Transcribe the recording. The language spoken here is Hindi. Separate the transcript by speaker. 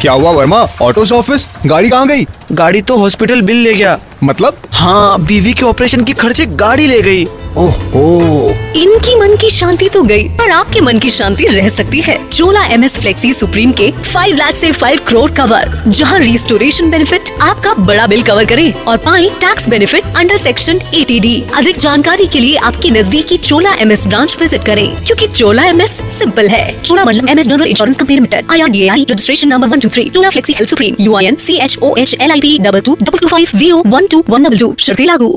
Speaker 1: क्या हुआ वर्मा ऑटो से ऑफिस गाड़ी कहाँ गई
Speaker 2: गाड़ी तो हॉस्पिटल बिल ले गया
Speaker 1: मतलब
Speaker 2: हाँ बीवी के ऑपरेशन के खर्चे गाड़ी ले गई
Speaker 1: ओहो
Speaker 3: इनकी मन की शांति तो गई पर आपके मन की शांति रह सकती है Chola M S flexi supreme के 5 लाख से 5 करोड़ कवर जहां रिस्टोरेशन बेनिफिट आपका बड़ा बिल कवर करे और पाए tax benefit under section 80D अधिक जानकारी के लिए आपकी नजदीकी Chola M S branch visit करें क्योंकि चोला एम एस सिंपल है Chola Mandalam M S general insurance company limited I R D I registration number one two three Chola flexi L supreme U I N C H O H L I P double two double two five V O one two one double two शर्ते लागू